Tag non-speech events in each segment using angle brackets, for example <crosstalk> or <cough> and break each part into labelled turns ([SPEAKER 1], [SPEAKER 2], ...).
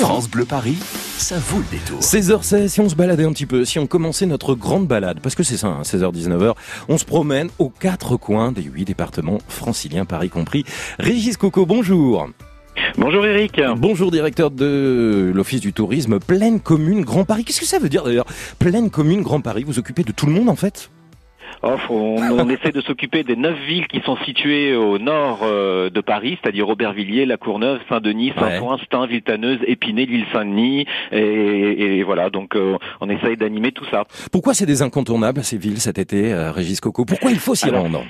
[SPEAKER 1] France Bleu Paris, ça vaut le détour.
[SPEAKER 2] 16h16, si on se baladait un petit peu, si on commençait notre grande balade, parce que c'est ça, hein, 16h-19h, on se promène aux quatre coins des huit départements franciliens, Paris compris. Régis Coco, bonjour
[SPEAKER 3] Bonjour Eric.
[SPEAKER 2] Bonjour directeur de l'Office du tourisme Pleine Commune Grand Paris. Qu'est-ce que ça veut dire d'ailleurs Pleine Commune Grand Paris, vous occupez de tout le monde en fait
[SPEAKER 3] Oh, faut- on, <laughs> on essaie de s'occuper des neuf villes qui sont situées au nord euh, de Paris, c'est-à-dire Aubervilliers, La Courneuve, Saint-Denis, Saint-Ouen, Stains, Villetaneuse, Épinay, l'Île-Saint-Denis. Et, et voilà, donc euh, on essaye d'animer tout ça.
[SPEAKER 2] Pourquoi c'est des incontournables ces villes cet été, euh, Régis Coco Pourquoi il faut s'y
[SPEAKER 3] Alors,
[SPEAKER 2] rendre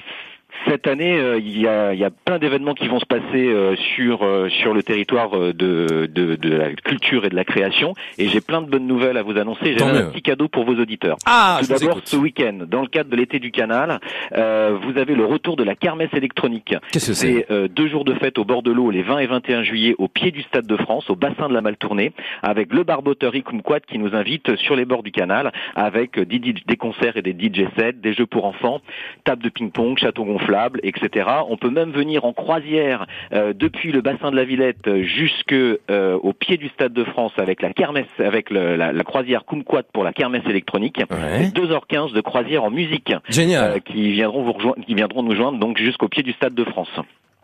[SPEAKER 3] Cette année, euh, il y, a, il y a plein d'événements qui vont se passer euh, sur euh, sur le territoire euh, de, de, de la culture et de la création. Et j'ai plein de bonnes nouvelles à vous annoncer. J'ai
[SPEAKER 2] Tant
[SPEAKER 3] un
[SPEAKER 2] mieux.
[SPEAKER 3] petit cadeau pour vos auditeurs.
[SPEAKER 2] Ah,
[SPEAKER 3] Tout d'abord, ce week-end, dans le cadre de l'été du canal, euh, vous avez le retour de la kermesse électronique.
[SPEAKER 2] Qu'est-ce que c'est
[SPEAKER 3] C'est euh, deux jours de fête au bord de l'eau les 20 et 21 juillet au pied du Stade de France, au bassin de la Maltournée, avec le barboteur Kumquat qui nous invite sur les bords du canal, avec euh, des, DJ des concerts et des DJ sets, des jeux pour enfants, table de ping-pong, château gonflable, etc. On peut même venir en croisière euh, depuis le bassin de la Villette euh, jusque euh, au pied du Stade de France avec la kermesse, avec le- la, la croisière Kumquat pour la kermesse électronique.
[SPEAKER 2] Ouais.
[SPEAKER 3] Et 2h15 de croisière en musique
[SPEAKER 2] Génial.
[SPEAKER 3] euh, qui viendront vous rejoindre, qui viendront nous joindre donc jusqu'au pied du Stade de France.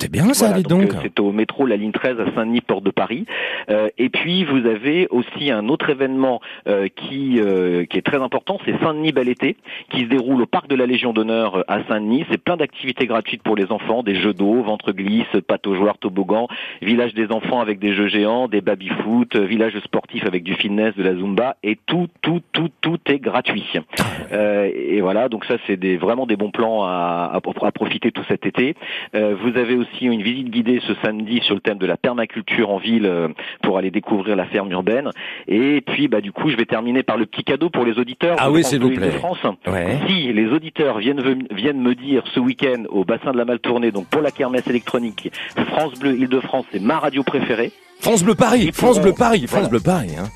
[SPEAKER 2] C'est bien ça, dis
[SPEAKER 3] Voilà, donc,
[SPEAKER 2] donc.
[SPEAKER 3] euh, c'est au métro la ligne 13 à Saint-Denis porte de Paris. Euh, et puis vous avez aussi un autre événement euh, qui euh, qui est très important, c'est Saint-Denis Bel Été qui se déroule au parc de la Légion d'honneur euh, à Saint-Denis. C'est plein d'activités gratuites pour les enfants, des jeux d'eau, ventre glisse, pataugeoire, toboggan, village des enfants avec des jeux géants, des baby-foot, euh, village sportif avec du fitness, de la zumba et tout tout tout tout est gratuit.
[SPEAKER 2] Ah
[SPEAKER 3] Euh, et voilà, donc ça c'est des, vraiment des bons plans à, à- à profiter tout cet été. Euh, vous avez aussi une visite guidée ce samedi sur le thème de la permaculture en ville euh, pour aller découvrir la ferme urbaine. Et puis bah du coup je vais terminer par le petit cadeau pour les auditeurs.
[SPEAKER 2] Ah
[SPEAKER 3] de
[SPEAKER 2] oui,
[SPEAKER 3] France
[SPEAKER 2] s'il vous
[SPEAKER 3] Bleu
[SPEAKER 2] plaît.
[SPEAKER 3] Île-de-France.
[SPEAKER 2] Ouais.
[SPEAKER 3] Si les auditeurs viennent, ve- viennent me dire ce week-end au bassin de la Maltournée, donc pour la kermesse électronique, France Bleu Île-de-France, c'est ma radio préférée.
[SPEAKER 2] France Bleu Paris,
[SPEAKER 3] Et
[SPEAKER 2] France
[SPEAKER 3] pour-
[SPEAKER 2] Bleu Paris, France
[SPEAKER 3] Voilà.
[SPEAKER 2] Bleu Paris. hein.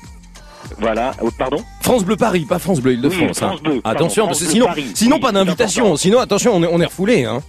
[SPEAKER 3] Voilà. Oh, pardon.
[SPEAKER 2] France Bleu Paris, pas France Bleu
[SPEAKER 3] Oui,
[SPEAKER 2] Île-de-France.
[SPEAKER 3] France
[SPEAKER 2] hein.
[SPEAKER 3] Bleu, pardon,
[SPEAKER 2] Attention, parce
[SPEAKER 3] France
[SPEAKER 2] que
[SPEAKER 3] Bleu
[SPEAKER 2] sinon,
[SPEAKER 3] Paris.
[SPEAKER 2] sinon
[SPEAKER 3] Oui,
[SPEAKER 2] pas
[SPEAKER 3] c'est important.
[SPEAKER 2] d'invitation. Sinon, attention, on est, on est refoulé. Hein.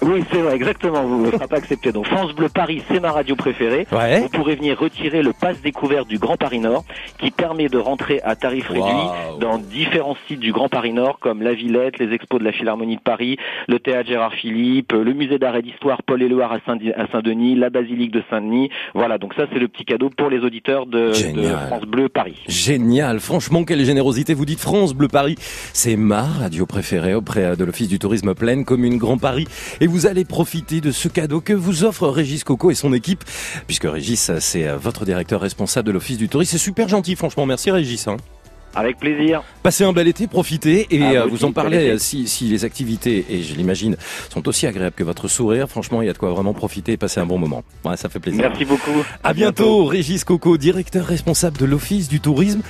[SPEAKER 3] Oui, c'est vrai, exactement. Vous ne serez pas accepté. Donc France Bleu Paris, c'est ma radio préférée.
[SPEAKER 2] Ouais.
[SPEAKER 3] Vous pourrez venir retirer le pass découvert du Grand Paris Nord qui permet de rentrer à tarif réduit
[SPEAKER 2] Waouh.
[SPEAKER 3] dans différents sites du Grand Paris Nord comme la Villette, les expos de la Philharmonie de Paris, le théâtre Gérard Philippe, le musée d'art et d'histoire Paul Éluard à Saint- à Saint-Denis, la basilique de Saint-Denis. Voilà, donc ça c'est le petit cadeau pour les auditeurs de, de
[SPEAKER 2] Génial.
[SPEAKER 3] France Bleu Paris.
[SPEAKER 2] Génial, franchement, quelle générosité. Vous dites France Bleu Paris, c'est ma radio préférée auprès de l'Office du Tourisme Pleine Commune Grand Paris. Et vous allez profiter de ce cadeau que vous offre Régis Coco et son équipe, puisque Régis, c'est votre directeur responsable de l'Office du Tourisme. C'est super gentil, franchement. Merci Régis. hein.
[SPEAKER 3] Avec plaisir.
[SPEAKER 2] Passez un bel été, profitez et
[SPEAKER 3] Ah,
[SPEAKER 2] euh,
[SPEAKER 3] vous
[SPEAKER 2] vous
[SPEAKER 3] aussi,
[SPEAKER 2] en parlez
[SPEAKER 3] bel été.
[SPEAKER 2] euh, si, si les activités, et je l'imagine, sont aussi agréables que votre sourire. Franchement, il y a de quoi vraiment profiter et passer un bon moment. Ouais, ça fait plaisir.
[SPEAKER 3] Merci beaucoup.
[SPEAKER 2] À bientôt, Régis Coco, directeur responsable de l'Office du tourisme.